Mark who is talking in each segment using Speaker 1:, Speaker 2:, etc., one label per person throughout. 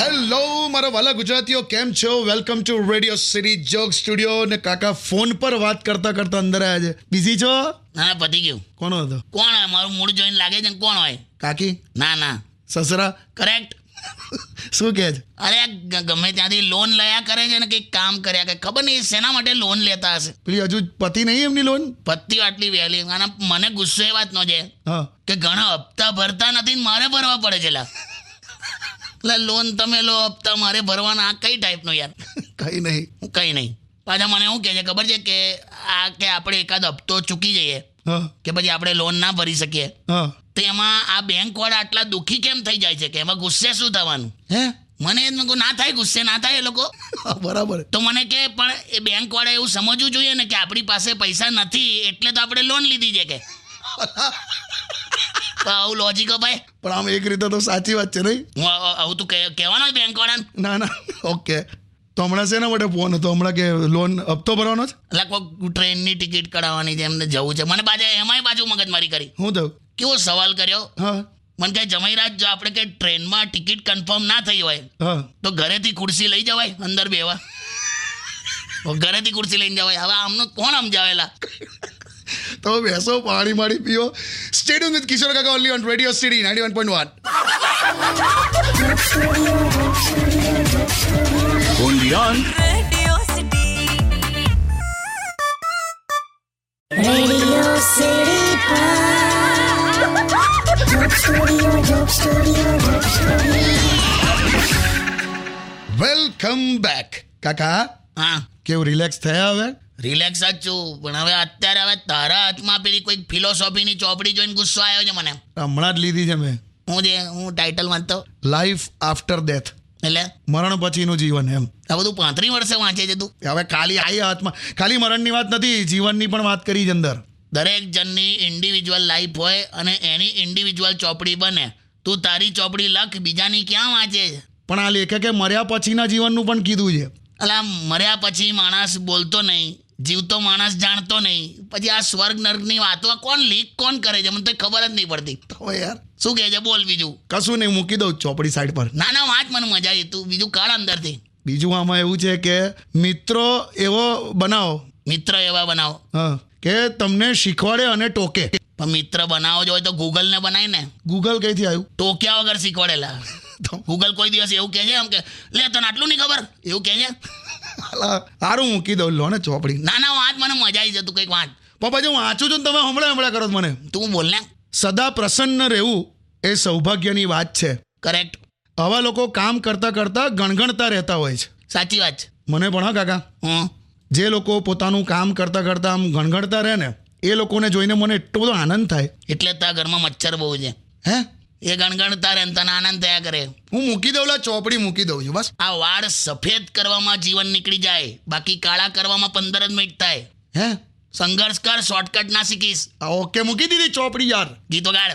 Speaker 1: Hello મારા વાલા ગુજરાતીઓ કેમ છો welcome to radio city joke studio ને કાકા ફોન પર વાત કરતા કરતા અંદર આવ્યા છે બિઝી છો
Speaker 2: ના ના પતી ગયું
Speaker 1: કોણ હતો
Speaker 2: કોણ હોય મારું મૂળ જોઈને લાગે છે ને કોણ હોય
Speaker 1: કાકી
Speaker 2: ના ના
Speaker 1: સસરા
Speaker 2: કરેક્ટ
Speaker 1: શું કહે છે
Speaker 2: અરે આ ગ- ગમે ત્યાંથી લોન લયા કરે છે ને કંઈક કામ કર્યા કરે ખબર નહીં શેના માટે લોન લેતા હશે
Speaker 1: પેલી હજુ પતિ નહીં એમની લોન
Speaker 2: પત્તી આટલી વહેલી અને મને ગુસ્સો એ વાતનો છે
Speaker 1: હા
Speaker 2: કે ઘણા હપ્તા ભરતા નથી ને મારે ભરવા પડે છે લા એટલે લોન તમે લો હપ્તા મારે ભરવાના આ કઈ ટાઈપનું યાર
Speaker 1: કઈ નહીં
Speaker 2: હું કઈ નહીં પાછા મને એવું કહે છે ખબર છે કે આ કે આપણે એકાદ હપ્તો ચૂકી જઈએ
Speaker 1: હા
Speaker 2: કે પછી આપણે લોન ના ભરી શકીએ
Speaker 1: હા
Speaker 2: તેમાં આ બેંક વાળા આટલા દુઃખી કેમ થઈ જાય છે કે એમાં ગુસ્સે શું થવાનું
Speaker 1: હે
Speaker 2: મને એમ કહું, ના થાય ગુસ્સે ના થાય એ લોકો
Speaker 1: હા, બરાબર
Speaker 2: તો મને કે પણ એ બેંક વાળા એવું સમજવું જોઈએ ને કે આપણી પાસે પૈસા નથી એટલે તો આપણે લોન લીધી છે કે તો આવું લોજિક ભાઈ
Speaker 1: પણ આમ એક રીતે તો સાચી વાત છે નહીં
Speaker 2: હું આ- આવું તું કહે- કહેવાનો બેંક વાળાને
Speaker 1: ના ના ઓકે તો હમણાં શેના માટે ફોન હતો હમણાં કે લોન હપ્તો ભરવાનો છે
Speaker 2: એટલે કોઈ ટ્રેનની ટિકિટ કઢાવવાની છે એમને જવું છે મને પાછા એમાંય પાછું મગજમારી કરી
Speaker 1: શું થયું
Speaker 2: કેવો સવાલ કર્યો
Speaker 1: હા
Speaker 2: મને કહે જમૈરાજ જો આપણે કે ટ્રેનમાં ટિકિટ કન્ફર્મ ના થઈ હોય
Speaker 1: હા
Speaker 2: તો ઘરેથી ખુરશી લઈ જવાય અંદર બેવા ઘરેથી ખુરશી લઈને જવાય હવે આમનું કોણ સમજાવેલા
Speaker 1: તો બેસો પાણી માણી પીઓ સ્ટેડિયમ વિથ કિશોર કાકા only on radio city ninety one point one
Speaker 3: Radio City.
Speaker 4: Radio City Pod. Joke Studio, Joke Studio, Joke Studio.
Speaker 1: Welcome back કાકા
Speaker 2: હા
Speaker 1: કેવું રિલેક્સ થયા હવે
Speaker 2: રિલેક્સ જ છું પણ હવે અત્યારે હવે તારા હાથમાં પેલી કોઈક ફિલોસોફીની ચોપડી જોઈને ગુસ્સો આવ્યો છે મને
Speaker 1: હમણાં જ લીધી છે મેં
Speaker 2: હું જે હું ટાઇટલ વાંચતો
Speaker 1: લાઈફ આફ્ટર ડેથ
Speaker 2: એટલે
Speaker 1: મરણ પછીનું જીવન એમ
Speaker 2: આ બધું પાંત્રી વર્ષે વાંચે છે તું
Speaker 1: હવે ખાલી આઈ હાથમાં ખાલી મરણની વાત નથી જીવનની પણ વાત કરી છે અંદર
Speaker 2: દરેક જણની ઇન્ડિવિજ્યુઅલ લાઈફ હોય અને એની ઇન્ડિવિજ્યુઅલ ચોપડી બને તું તારી ચોપડી લખ બીજાની ક્યાં વાંચે છે
Speaker 1: પણ આ લેખકે મર્યા પછીના જીવનનું પણ કીધું છે
Speaker 2: અલા મર્યા પછી માણસ બોલતો નહીં જીવતો માણસ જાણતો નહીં પછી આ સ્વર્ગ નર્કની વાતો આ કોણ લીક કોણ કરે છે મને તો ખબર જ નહીં પડતી
Speaker 1: તો યાર
Speaker 2: શું કહે છે બોલ બીજું
Speaker 1: કશું નહીં મૂકી દઉં ચોપડી સાઈડ પર
Speaker 2: ના ના વાંચ મને મજા આવી તું બીજું કાઢ અંદરથી
Speaker 1: બીજું આમાં એવું છે કે મિત્રો એવો બનાવો
Speaker 2: મિત્ર એવા બનાવો
Speaker 1: હા કે તમને શીખવાડે અને ટોકે
Speaker 2: પણ મિત્ર બનાવો જો હોય તો ગૂગલને બનાવી ને
Speaker 1: ગૂગલ કઈથી આવ્યું
Speaker 2: ટોક્યા વગર શીખવાડેલા
Speaker 1: તો
Speaker 2: ગૂગલ કોઈ દિવસ એવું કહે છે એમ કે લે તને આટલું નહીં ખબર એવું કહે છે
Speaker 1: હાલા, હારું મૂકી દઉં લો ને ચોપડી
Speaker 2: ના ના વાંચ મને મજા આવી છે તું કંઈક વાંચ
Speaker 1: પપ્પા જો હું વાંચું છું ને તમે હમણાં હમણાં કરો છો મને
Speaker 2: તું બોલ ને
Speaker 1: સદા પ્રસન્ન રહેવું એ સૌભાગ્યની વાત છે
Speaker 2: કરેક્ટ
Speaker 1: આવા લોકો કામ કરતાં કરતાં ગણગણતા રહેતા હોય છે
Speaker 2: સાચી વાત છે
Speaker 1: મને ભણો કાકા
Speaker 2: હં
Speaker 1: જે લોકો પોતાનું કામ કરતાં કરતાં આમ ગણગણતા રહે ને એ લોકોને જોઈને મને એટલો બધો આનંદ થાય
Speaker 2: એટલે તારા ઘરમાં મચ્છર બહુ છે
Speaker 1: હે
Speaker 2: એ ગણગણતા રહે ને તને આનંદ થયા કરે
Speaker 1: હું મૂકી દઉં લા ચોપડી મૂકી દઉં છું બસ
Speaker 2: આ વાળ સફેદ કરવામાં જીવન નીકળી જાય બાકી કાળા કરવામાં પંદર જ મિનિટ થાય
Speaker 1: હે
Speaker 2: સંઘર્ષ કર શોર્ટકટ ના શીખીશ
Speaker 1: આ ઓકે મૂકી દીધી ચોપડી યાર
Speaker 2: ગીતો ગાળ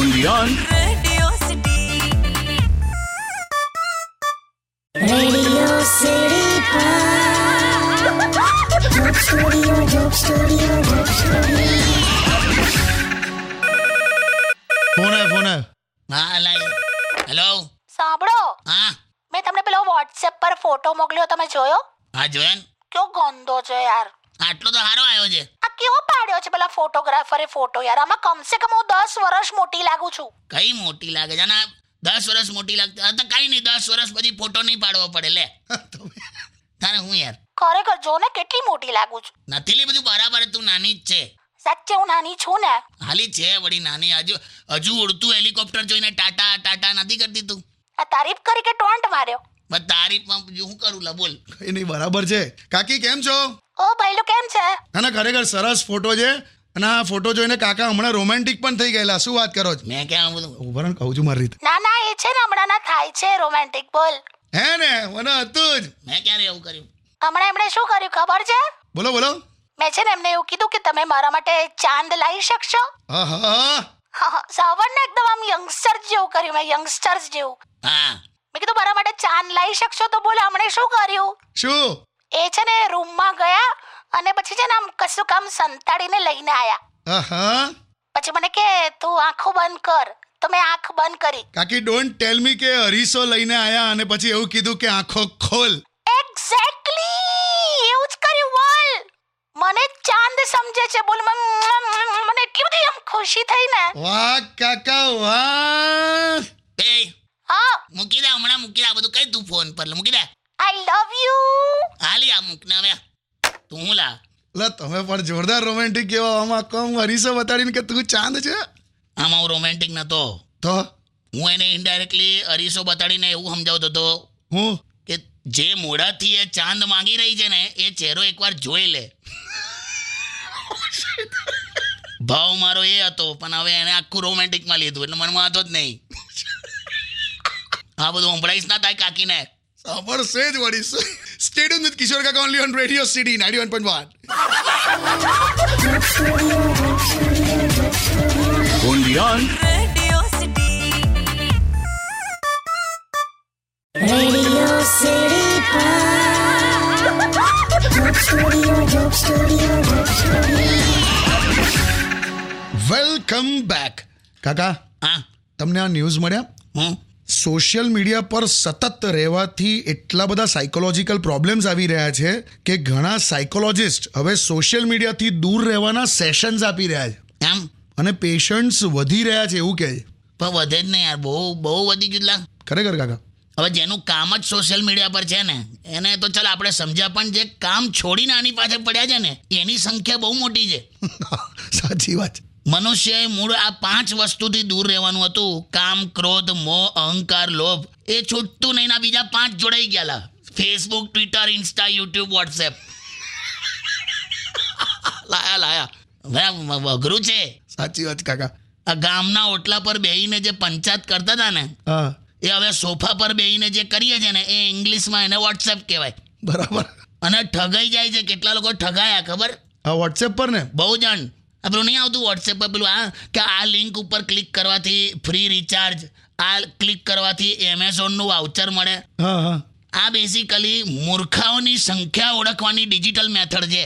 Speaker 3: Radio City.
Speaker 4: Radio City Pod. Joke Studio, Joke Studio, Joke Studio.
Speaker 1: Phone આવ્યો ફોન આવ્યો
Speaker 2: હા અલા હેલો
Speaker 5: સાંભળો
Speaker 2: હા
Speaker 5: મેં તમને પેલો વોટ્સએપ પર ફોટો મોકલ્યો તમે જોયો
Speaker 2: હા જોયો ને
Speaker 5: કેવો ગંદો છે યાર
Speaker 2: આટલો તો સારો આવ્યો છે
Speaker 5: આ કેવો પાડ્યો છે પેલા ફોટોગ્રાફરે ફોટો યાર આમાં કમસે કમ હું દસ વર્ષ મોટી લાગુ છું
Speaker 2: કઈ મોટી લાગે છે ના દસ વર્ષ મોટી લાગતી હા તો કઈ નહીં દસ વર્ષ પછી ફોટો નહીં પાડવો પડે લે તારે હું યાર
Speaker 5: ખરેખર જો ને કેટલી મોટી લાગુ છું
Speaker 2: નથી લે બધું બરાબર તું નાની જ છે
Speaker 5: સાચે હું નાની છું ને
Speaker 2: હાલી છે વળી નાની હજુ હજુ ઉડતું હેલિકોપ્ટર જોઈને ટાટા ટાટા નથી કરતી તું
Speaker 5: આ તારીફ કરી કે ટોન્ટ માર્યો
Speaker 2: બસ તારીફમાં હું કરું લા બોલ
Speaker 1: કઈ નહીં બરાબર છે કાકી કેમ છો
Speaker 5: ઓ ભાઈલું કેમ છે
Speaker 1: ના ના ખરેખર સરસ ફોટો છે અને આ ફોટો જોઈને કાકા હમણાં રોમેન્ટિક પણ થઈ ગયેલા શું વાત કરો છો
Speaker 2: મેં ક્યાં આવું બધું
Speaker 1: ઉભરણ કહું છું મારી રીતે
Speaker 5: ના ના એ છે ને હમણાં ના થાય છે રોમેન્ટિક બોલ
Speaker 1: હે ને મને હતું જ
Speaker 2: મેં ક્યારે એવું કર્યું
Speaker 5: હમણાં એમણે શું કર્યું ખબર છે
Speaker 1: બોલો બોલો
Speaker 5: મેં છે ને એમને એવું કીધું કે તમે મારા માટે ચાંદ લાવી શકશો
Speaker 1: હા હા હા
Speaker 5: હા હા સાવરને એકદમ આમ યંગસ્ટર જેવું કર્યું મેં યંગસ્ટર્સ જેવું
Speaker 2: હા
Speaker 5: મેં કીધું મારા માટે ચાંદ લાવી શકશો તો બોલ હમણે શું કર્યું
Speaker 1: શું
Speaker 5: એ છે ને રૂમમાં ગયા અને પછી છે ને આમ કશું કામ સંતાડીને લઈને આયા
Speaker 1: આહા
Speaker 5: પછી મને કે તું આંખો બંધ કર તો મેં આંખ બંધ કરી
Speaker 1: કાકી ડોન્ટ ટેલ મી કે અરીસો લઈને આયા અને પછી એવું કીધું કે આંખો ખોલ
Speaker 5: એક્ઝેક્ટલી એવું જ કર્યું બોલ મને ચાંદ સમજે છે બોલ મને મને એટલી બધી આમ ખુશી થઈ ને
Speaker 1: વાહ કાકા વાહ
Speaker 2: એ
Speaker 5: હા
Speaker 2: મૂકી દે હમણાં મૂકી દે આ બધું કઈ તું ફોન પર લે, મૂકી દે
Speaker 5: આઈ લવ યુ
Speaker 2: હાલી આ મૂકને હવે તું હું લા
Speaker 1: લે તમે પણ જોરદાર રોમેન્ટિક કેવા આમાં કોમ અરીસો બતાડીને કે તું ચાંદ છે
Speaker 2: આમાં હું રોમેન્ટિક નતો
Speaker 1: તો
Speaker 2: હું એને ઇન્ડાયરેક્ટલી અરીસો બતાડીને એવું સમજાવતો હતો
Speaker 1: હું
Speaker 2: કે જે મોઢાથી એ ચાંદ માંગી રહી છે ને એ ચહેરો એકવાર જોઈ લે ભાવ મારો એ હતો પણ હવે એને આખું રોમેન્ટિકમાં લીધું એટલે મનમાં હતો જ નહીં આ બધું સંભળાઈશ ના થાય કાકીને
Speaker 1: સાંભળશે જ વળીશ સ્ટેડિયમ વિથ કિશોર કાકા only on radio city ninety one point one
Speaker 3: Radio City.
Speaker 4: Radio City Pod. Joke Studio, Joke Studio, Joke Studio.
Speaker 1: Welcome back કાકા
Speaker 2: હા
Speaker 1: તમને આ ન્યૂઝ મળ્યા
Speaker 2: હું
Speaker 1: સોશિયલ મીડિયા પર સતત રહેવાથી એટલા બધા સાયકોલોજીકલ પ્રોબ્લેમ્સ આવી રહ્યા છે કે ઘણા સાયકોલોજિસ્ટ હવે સોશિયલ મીડિયાથી દૂર રહેવાના સેશન્સ આપી રહ્યા છે
Speaker 2: એમ
Speaker 1: અને પેશન્ટ્સ વધી રહ્યા છે એવું કહે છે
Speaker 2: પણ વધે જ નહીં યાર બહુ બહુ વધી ગયું લા
Speaker 1: ખરેખર કાકા
Speaker 2: હવે જેનું કામ જ સોશિયલ મીડિયા પર છે ને એને તો ચાલ આપણે સમજ્યા પણ જે કામ છોડીને આની પાછળ પડ્યા છે ને એની સંખ્યા બહુ મોટી છે
Speaker 1: સાચી વાત
Speaker 2: મનુષ્યએ મૂળ આ પાંચ વસ્તુથી દૂર રહેવાનું હતું કામ ક્રોધ મોહ અહંકાર લોભ એ છૂટતું નહીં ના બીજા પાંચ જોડાઈ ગયેલા Facebook Twitter Insta YouTube WhatsApp લાયા લાયા હવે આ અઘરું છે
Speaker 1: સાચી વાત કાકા
Speaker 2: આ ગામના ઓટલા પર બેહીને જે પંચાયત કરતા હતા ને
Speaker 1: હા
Speaker 2: એ હવે સોફા પર બેહીને જે કરીએ છે ને એ ઇંગ્લિશમાં એને વોટ્સએપ કહેવાય
Speaker 1: બરાબર
Speaker 2: અને ઠગાઈ જાય છે કેટલા લોકો ઠગાયા ખબર
Speaker 1: આ વોટ્સએપ પર ને
Speaker 2: બહુ જણ આ પેલું નહીં આવતું વોટ્સએપ પર પેલું આ કે આ લિંક ઉપર ક્લિક કરવાથી ફ્રી રિચાર્જ આ ક્લિક કરવાથી એમેઝોનનું વાઉચર મળે
Speaker 1: હા હા
Speaker 2: આ બેસિકલી મૂર્ખાઓની સંખ્યા ઓળખવાની ડિજિટલ મેથડ છે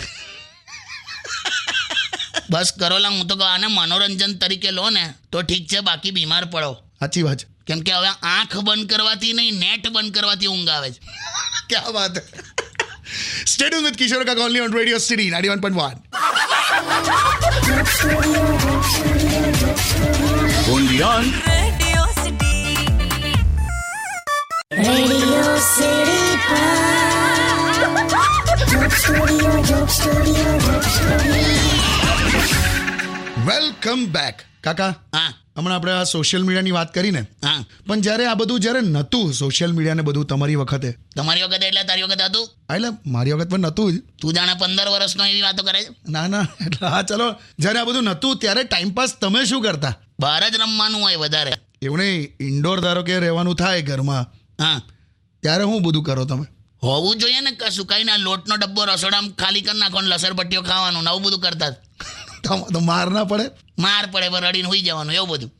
Speaker 2: બસ કરો લા હું તો કહું આને મનોરંજન તરીકે લો ને તો ઠીક છે બાકી બીમાર પડો
Speaker 1: સાચી વાત
Speaker 2: કેમ કે હવે આંખ બંધ કરવાથી નહીં નેટ બંધ કરવાથી ઊંઘ આવે છે
Speaker 1: ક્યાં વાત સ્ટેડિયમ વિથ કિશોર કાકા only on radio city ninety one point one
Speaker 3: Radio City.
Speaker 4: Radio City Pod. Joke Studio, Joke Studio, Joke Studio.
Speaker 1: Welcome back કાકા
Speaker 2: હા
Speaker 1: હમણાં આપણે આ સોશિયલ મીડિયાની વાત કરી ને
Speaker 2: હા
Speaker 1: પણ જ્યારે આ બધું જ્યારે નહોતું સોશિયલ મીડિયાને બધું તમારી વખતે હા,
Speaker 2: તમારી વખતે એટલે તારી વખતે હતું
Speaker 1: એટલે મારી વખત પણ નહોતું જ
Speaker 2: તું જાણે પંદર વર્ષનો એવી વાતો કરે છે
Speaker 1: ના ના એટલે હા ચલો જ્યારે આ બધું નહોતું ત્યારે ટાઈમપાસ તમે શું કરતા
Speaker 2: બહાર જ રમવાનું હોય વધારે
Speaker 1: એવું નહીં ઇન્ડોર ધારો કે રહેવાનું થાય ઘરમાં
Speaker 2: હા
Speaker 1: ત્યારે હું બધું કરો તમે
Speaker 2: હોવું જોઈએ ને કશું કઈ ના લોટનો ડબ્બો રસોડામાં ખાલી કરી નાખો ને લસરપટ્ટીઓ ખાવાનું ને આવું બધું કરતા જ.
Speaker 1: તમારે તો માર ના પડે
Speaker 2: માર પડે પર રડીને હોઈ જવાનું એવું બધું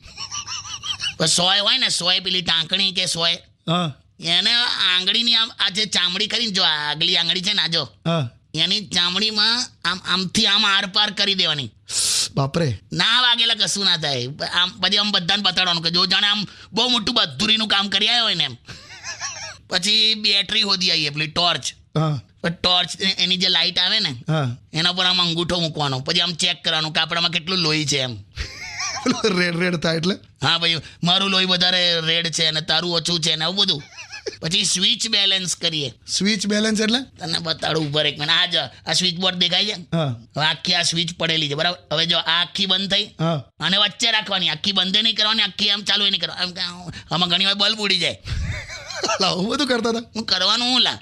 Speaker 2: પણ સોય હોય ને સોય પેલી ટાંકણી કે સોય
Speaker 1: હા
Speaker 2: એને આંગળીની આમ આ જે ચામડી ખરી ને જો આ આગલી આંગળી છે ને આ જો
Speaker 1: હા
Speaker 2: એની ચામડીમાં આમ આમથી આમ આરપાર કરી દેવાની
Speaker 1: બાપરે
Speaker 2: ના વાગેલા કશું ના થાય આમ પછી આમ બધાને બતાડવાનું કે જો જાણે આમ બહુ મોટું બધુરીનું કામ કરી આવ્યો હોય ને એમ પછી બેટરી હોદી આવીએ પેલી ટોર્ચ
Speaker 1: હા
Speaker 2: પણ ટોર્ચ એ- એની જે લાઇટ આવે ને
Speaker 1: હા
Speaker 2: એના પર આમ અંગૂઠો મૂકવાનો પછી આમ ચેક કરવાનું કે આપણામાં કેટલું લોહી છે એમ
Speaker 1: પેલું રેડ રેડ થાય એટલે
Speaker 2: હા ભાઈ મારું લોહી વધારે રેડ છે અને તારું ઓછું છે ને આવું બધું પછી સ્વિચ બેલેન્સ કરીએ
Speaker 1: સ્વિચ બેલેન્સ એટલે
Speaker 2: તને બતાડું ઉપર એક મિનિટ આ જ આ સ્વિચ બોર્ડ દેખાય છે
Speaker 1: હા
Speaker 2: હવે આખી આ સ્વિચ પડેલી છે બરાબર હવે જો આ આખી બંધ થઈ
Speaker 1: હા
Speaker 2: અને વચ્ચે રાખવાની આખી બંધ નહીં કરવાની આખી આમ ચાલુ નહીં કરવાની આમ કે આમાં ઘણી વાર બલ્બ ઉડી જાય
Speaker 1: એટલે આવું બધું કરતા હતા
Speaker 2: હું કરવાનું હું લા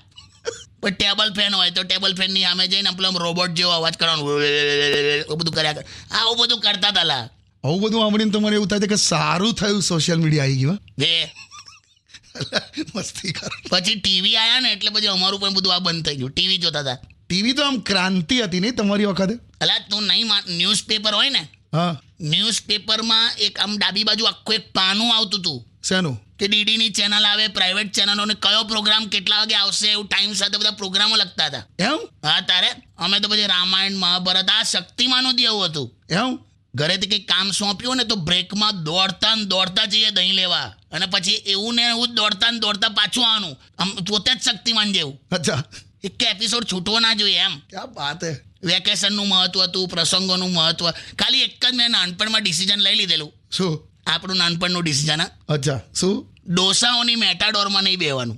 Speaker 2: પણ ટેબલ ફેન હોય તો ટેબલ ફેનની સામે જઈને આમ પેલો આમ રોબોટ જેવો અવાજ કરવાનો એવું બધું કર્યા કર આવું બધું કરતા હતા લા
Speaker 1: આવું બધું સાંભળીને તમારે એવું થાય છે કે સારું થયું સોશિયલ મીડિયા આવી ગયું
Speaker 2: બે
Speaker 1: એટલે મસ્તી કરો
Speaker 2: પછી ટીવી આયા ને એટલે પછી અમારું પણ બધું આ બંધ થઈ ગયું ટીવી જોતા હતા
Speaker 1: ટીવી તો આમ ક્રાંતિ હતી નહીં તમારી વખતે
Speaker 2: અલા તું નહીં માન ન્યૂઝપેપર હોય ને
Speaker 1: હા
Speaker 2: ન્યૂઝપેપરમાં એક આમ ડાબી બાજુ આખું એક પાનું આવતું હતું
Speaker 1: શેનું
Speaker 2: કે ડીડીની ચેનલ આવે પ્રાઇવેટ ચેનલોને કયો પ્રોગ્રામ કેટલા વાગે આવશે એવું ટાઈમ સાથે બધા પ્રોગ્રામો લખતા હતા
Speaker 1: એમ
Speaker 2: હા તારે અમે તો પછી રામાયણ મહાભારત આ શક્તિમાનું જ એવું હતું
Speaker 1: એમ
Speaker 2: ઘરેથી કંઈક કામ સોંપ્યું ને તો બ્રેકમાં દોડતા ને દોડતા જઈએ દહીં લેવા અને પછી એવું ને એવું જ દોડતા ને દોડતા પાછું આવવાનું આમ પોતે જ શક્તિમાન જેવું
Speaker 1: અચ્છા
Speaker 2: એક એપિસોડ છૂટવો ના જોઈએ એમ
Speaker 1: ક્યાં વાત હે
Speaker 2: વેકેશનનું મહત્વ હતું પ્રસંગોનું મહત્વ ખાલી એક જ મેં નાનપણમાં ડિસિઝન લઈ લીધેલું
Speaker 1: શું
Speaker 2: આપણું નાનપણનું ડિસિઝન
Speaker 1: અચ્છા શું
Speaker 2: ડોસાઓની મેટાડોરમાં નહીં બેવાનું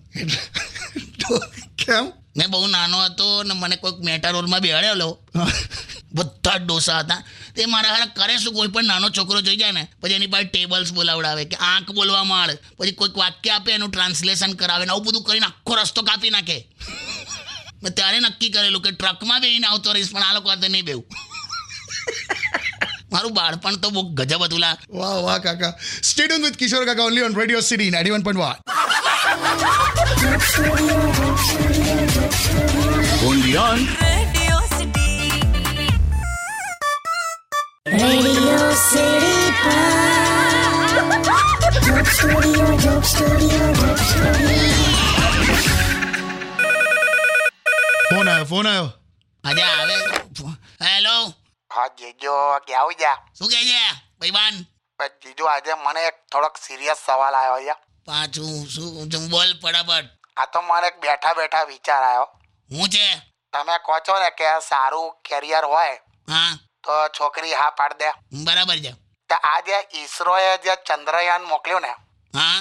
Speaker 1: કેમ
Speaker 2: મેં બહુ નાનો હતો ને મને કોઈક મેટાડોરમાં બેહાડેલો બધા જ ડોસા હતા તે મારા હારે કરે શું કોઈ પણ નાનો છોકરો જોઈ જાય ને પછી એની પાસે ટેબલ્સ બોલાવડાવે કે આંખ બોલવા માંડ પછી કોઈક વાક્ય આપે એનું ટ્રાન્સલેશન કરાવે ને આવું બધું કરીને આખો રસ્તો કાપી નાખે મેં ત્યારે નક્કી કરેલું કે ટ્રકમાં બેહીને આવતો રહીશ પણ આ લોકો હાથે નહીં બેવું મારું બાળપણ તો બહુ ગજબ હતું લા
Speaker 1: વાહ વાહ કાકા સ્ટેડિયમ વિથ કિશોર કાકા only on radio city ninety one point one
Speaker 3: only on Radio City.
Speaker 4: Radio City Pod. Dope Studio, Dope Studio, Dope Studio.
Speaker 1: Phone આવ્યો ફોન આવ્યો
Speaker 2: આજે આવે હેલો
Speaker 6: હા જીજુ કે આવી જા
Speaker 2: શું કહે છે ભાઈબાન
Speaker 6: પણ જીજુ આજે મને એક થોડોક સિરિયસ સવાલ આવ્યો છે
Speaker 2: પાછું શું શું બોલ ફટાફટ
Speaker 6: આ તો મને એક બેઠા બેઠા વિચાર આવ્યો
Speaker 2: હું છે
Speaker 6: તમે કહો છો ને કે સારું કેરિયર હોય
Speaker 2: હા
Speaker 6: તો છોકરી હા પાડ દે
Speaker 2: બરાબર છે
Speaker 6: તો આ જે ઈસરોએ જે ચંદ્રયાન મોકલ્યું ને
Speaker 2: હા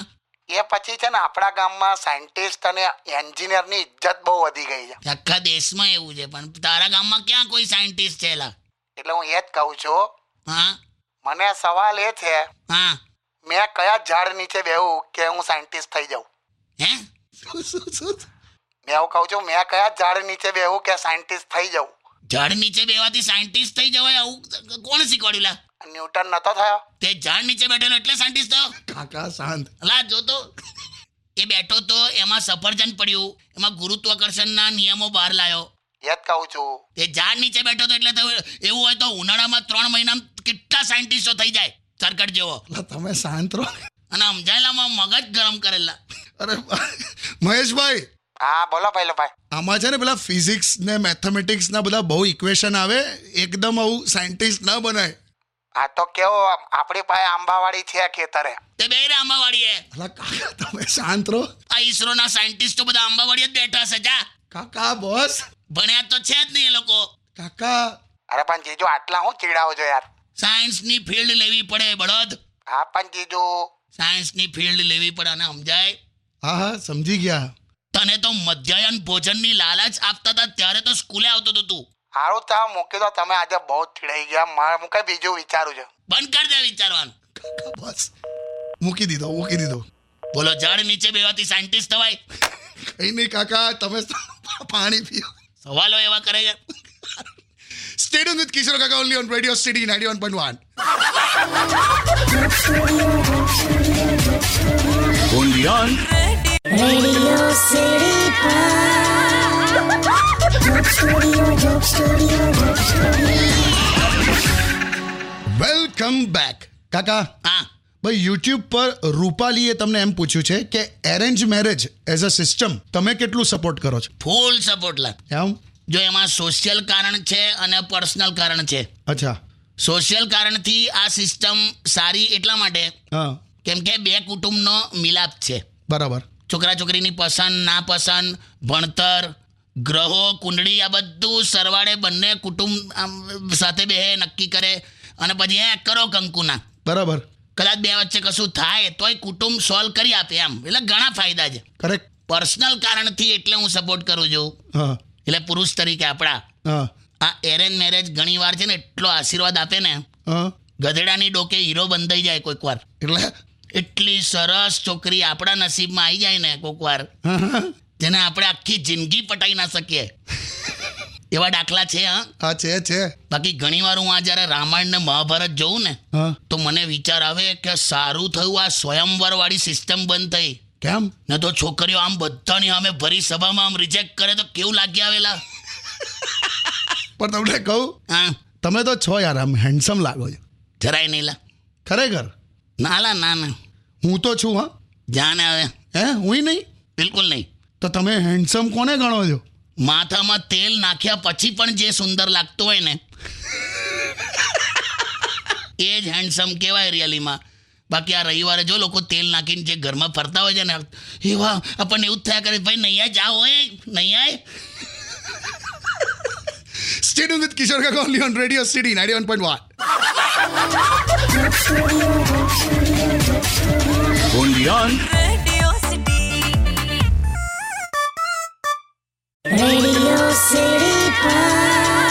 Speaker 6: એ પછી છે ને આપણા ગામમાં સાયન્ટિસ્ટ અને એન્જિનિયરની ઇજ્જત બહુ વધી ગઈ છે
Speaker 2: આખા દેશમાં એવું છે પણ તારા ગામમાં ક્યાં કોઈ સાયન્ટિસ્ટ છે લા
Speaker 6: એટલે હું એ જ કહું છું
Speaker 2: હા
Speaker 6: મને સવાલ એ છે
Speaker 2: હા
Speaker 6: મેં કયા ઝાડ નીચે બેહું કે હું સાયન્ટિસ્ટ થઈ જાઉં
Speaker 2: હે
Speaker 6: મેં એવું કહું છું મેં કયા ઝાડ નીચે બેહું કે સાયન્ટિસ્ટ થઈ જાઉં
Speaker 2: ઝાડ નીચે બેવાથી સાયન્ટિસ્ટ થઈ જવાય આવું કોણ શીખવાડ્યું લા
Speaker 6: ન્યૂટન નતો થયો
Speaker 2: તે ઝાડ નીચે બેઠેલો એટલે સાયન્ટિસ્ટ થયો
Speaker 1: કાકા શાંત
Speaker 2: લા જો તો એ બેઠો તો એમાં સફરજન પડ્યું એમાં ગુરુત્વાકર્ષણના નિયમો બહાર લાયો
Speaker 6: એ જ કહું છું
Speaker 2: તે ઝાડ નીચે બેઠો તો એટલે તો એવું હોય તો ઉનાળામાં ત્રણ મહિનામાં કેટલા સાયન્ટિસ્ટો થઈ જાય સરકટ જેવો
Speaker 1: લા, તમે શાંત રહો
Speaker 2: અને સમજાયેલામાં મગજ ગરમ કરેલા
Speaker 1: અરે મહેશભાઈ
Speaker 6: હા બોલો ભાઈ ભાઈ
Speaker 1: આમાં છે ને પેલા ફિઝિક્સ ને મેથેમેટિક્સ ના બધા બહુ ઇક્વેશન આવે એકદમ આવું સાયન્ટિસ્ટ ન બનાય
Speaker 6: આ તો કેવો આમ, આપણી પાસે આંબાવાડી છે ખેતરે
Speaker 2: તે બે આંબાવાડીએ
Speaker 1: અલા કાકા તમે શાંત રહો
Speaker 2: આ ઈસરોના સાયન્ટિસ્ટો બધા આંબાવાડીએ જ બેઠા છે જા
Speaker 1: કાકા બોસ
Speaker 2: ભણ્યા તો છે જ નહીં એ લોકો
Speaker 1: કાકા
Speaker 6: અરે પણ જીજુ આટલા હું ચીડાવો છો યાર
Speaker 2: સાયન્સની ફિલ્ડ લેવી પડે બળદ
Speaker 6: હા પણ જીજુ
Speaker 2: સાયન્સની ફિલ્ડ લેવી પડે અને સમજાય
Speaker 1: હા હા સમજી ગયા
Speaker 2: તને તો મધ્યાહન ભોજનની લાલચ આપતા હતા ત્યારે તો સ્કૂલે આવતો તો તું
Speaker 6: સારું તો મૂકી દો તમે આજે બહુ ચીડાઈ ગયા મારે હું કઈ બીજું વિચારું છું
Speaker 2: બંધ કર દે વિચારવાનું
Speaker 1: કાકા બોસ મૂકી દીધો મૂકી દીધો
Speaker 2: બોલો ઝાડ નીચે બેવાથી સાયન્ટિસ્ટ થવાય
Speaker 1: કઈ નહીં કાકા તમે પાણી પીઓ
Speaker 2: સવાલો એવા કરે છે
Speaker 1: સ્ટેડિયમ વિથ કિશોર કાકા only on radio city ninety one point one
Speaker 3: only on
Speaker 4: Radio City Pod. Dope Studio, Dope Studio, Dope Studio.
Speaker 1: Welcome back કાકા
Speaker 2: હા
Speaker 1: ભાઈ યુટ્યુબ પર રૂપાલીએ તમને એમ પૂછ્યું છે કે arrange marriage as a system તમે કેટલું સપોર્ટ કરો છો
Speaker 2: ફૂલ સપોર્ટ લા
Speaker 1: એમ
Speaker 2: જો એમાં સોશિયલ કારણ છે અને પર્સનલ કારણ છે
Speaker 1: અચ્છા
Speaker 2: સોશિયલ કારણથી આ સિસ્ટમ સારી એટલા માટે
Speaker 1: હા
Speaker 2: કેમ કે બે કુટુંબનો મિલાપ છે
Speaker 1: બરાબર
Speaker 2: છોકરા છોકરીની પસંદ નાપસંદ ભણતર ગ્રહો કુંડળી આ બધું સરવાળે બંને કુટુંબ આમ સાથે બેહે નક્કી કરે અને પછી એ કરો કંકુના
Speaker 1: બરાબર
Speaker 2: કદાચ બે વચ્ચે કશું થાય તોય કુટુંબ સોલ્વ કરી આપે એમ એટલે ઘણા ફાયદા છે
Speaker 1: કરેક્ટ
Speaker 2: પર્સનલ કારણથી એટલે હું સપોર્ટ કરું છું
Speaker 1: હા
Speaker 2: એટલે પુરુષ તરીકે આપણા
Speaker 1: હા
Speaker 2: આ એરેન્જ મેરેજ ઘણી વાર છે ને એટલો આશીર્વાદ આપે ને
Speaker 1: હા
Speaker 2: ગધેડાની ડોકે હીરો બંધાઈ જાય કોઈક વાર
Speaker 1: એટલે
Speaker 2: એટલી સરસ છોકરી આપણા નસીબમાં આવી જાય ને કોઈક વાર
Speaker 1: હા, હા.
Speaker 2: જેને આપણે આખી જિંદગી પટાઈ ના શકીએ એવા દાખલા છે હા
Speaker 1: હા છે છે
Speaker 2: બાકી ઘણીવાર હું આ જ્યારે રામાયણ ને મહાભારત જોઉં ને
Speaker 1: હા
Speaker 2: તો મને વિચાર આવે કે સારું થયું આ સ્વયંવર વાળી સિસ્ટમ બંધ થઈ
Speaker 1: કેમ
Speaker 2: ન તો છોકરીઓ આમ બધાની અમે ભરી સભામાં આમ રિજેક્ટ કરે તો કેવું લાગી આવેલા
Speaker 1: પણ તમને કહું
Speaker 2: હા
Speaker 1: તમે તો છો યાર આમ હેન્ડસમ લાગો છો
Speaker 2: જરાય નહીં લા
Speaker 1: ખરેખર
Speaker 2: ના લા ના ના
Speaker 1: હું તો છું હા
Speaker 2: ધ્યાન આવે
Speaker 1: હે હું નહીં
Speaker 2: બિલકુલ નહીં
Speaker 1: તો તમે હેન્ડસમ કોને ગણો છો
Speaker 2: માથામાં તેલ નાખ્યા પછી પણ જે સુંદર લાગતું હોય ને એ જ હેન્ડસમ કહેવાય રિયલીમાં બાકી આ રવિવારે જો લોકો તેલ નાખીને જે ઘરમાં ફરતા હોય છે ને એવા આપણને એવું જ થયા કરે ભાઈ નહીં આય જાઓ હોય નહીં આય
Speaker 1: સ્ટેડ વિથ કિશોર કાકા only on radio city ninety one point one
Speaker 3: only on
Speaker 4: Radio City.
Speaker 5: Radio City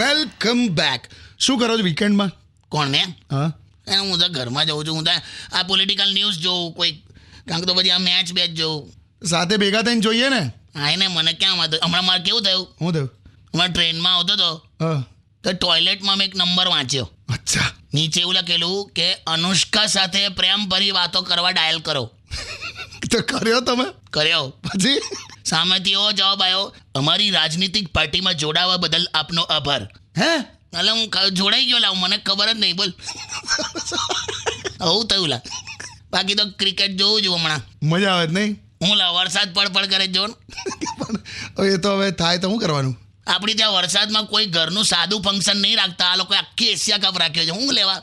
Speaker 1: welcome back શું કરો છો વીકેન્ડમાં
Speaker 2: કોણને
Speaker 1: હા
Speaker 2: એને હું તો ઘરમાં જઉં છું હું તો આ પોલિટિકલ ન્યૂઝ જોઉં કોઈક કારણ કે તો પછી આ મેચ બેચ જોઉં
Speaker 1: સાથે ભેગા થઈને જોઈએ ને
Speaker 2: હા એને મને ક્યાં વાંધો હમણાં મારે કેવું થયું
Speaker 1: હું થયું
Speaker 2: હમણાં ટ્રેનમાં આવતો હતો
Speaker 1: હા
Speaker 2: તો ટોયલેટમાં મેં એક નંબર વાંચ્યો
Speaker 1: અચ્છા
Speaker 2: નીચે એવું લખેલું કે અનુષ્કા સાથે પ્રેમભરી વાતો કરવા ડાયલ કરો
Speaker 1: તો કર્યો તમે
Speaker 2: કર્યો
Speaker 1: પછી
Speaker 2: સામેથી એવો જવાબ આવ્યો અમારી રાજનીતિક પાર્ટીમાં જોડાવા બદલ આપનો આભાર
Speaker 1: હે
Speaker 2: એટલે હું ખ- જોડાઈ ગયો લાવ મને ખબર જ નહીં બોલ આવું થયું લા બાકી તો ક્રિકેટ જોઉં છું હમણાં
Speaker 1: મજા આવે જ નહીં
Speaker 2: હું લા વરસાદ પડ પડ કરે જો
Speaker 1: પણ હવે એ તો હવે થાય તો શું કરવાનું
Speaker 2: આપણી ત્યાં વરસાદમાં કોઈ ઘરનું સાદું ફંક્શન નહીં રાખતા આ લોકોએ આખી એશિયા કપ રાખ્યો છે હું લેવા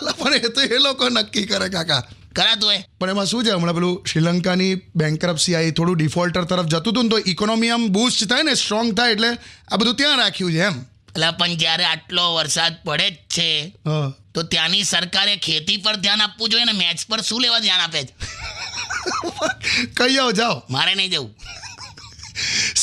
Speaker 1: અલા, પણ એ તો એ લોકો નક્કી કરે કાકા
Speaker 2: કરાતું હોય
Speaker 1: પણ એમાં શું છે હમણાં પેલું શ્રીલંકાની બેન્કરપ્સી આવી થોડું ડિફોલ્ટર તરફ જતું હતું ને તો ઇકોનોમી આમ બૂસ્ટ થાય ને સ્ટ્રોંગ થાય એટલે આ બધું ત્યાં રાખ્યું છે એમ
Speaker 2: એટલે પણ જ્યારે આટલો વરસાદ પડે જ છે
Speaker 1: હા
Speaker 2: તો ત્યાંની સરકારે ખેતી પર ધ્યાન આપવું જોઈએ ને મેચ પર શું લેવા ધ્યાન આપે છે
Speaker 1: કહી આવો જાઓ
Speaker 2: મારે નહીં જવું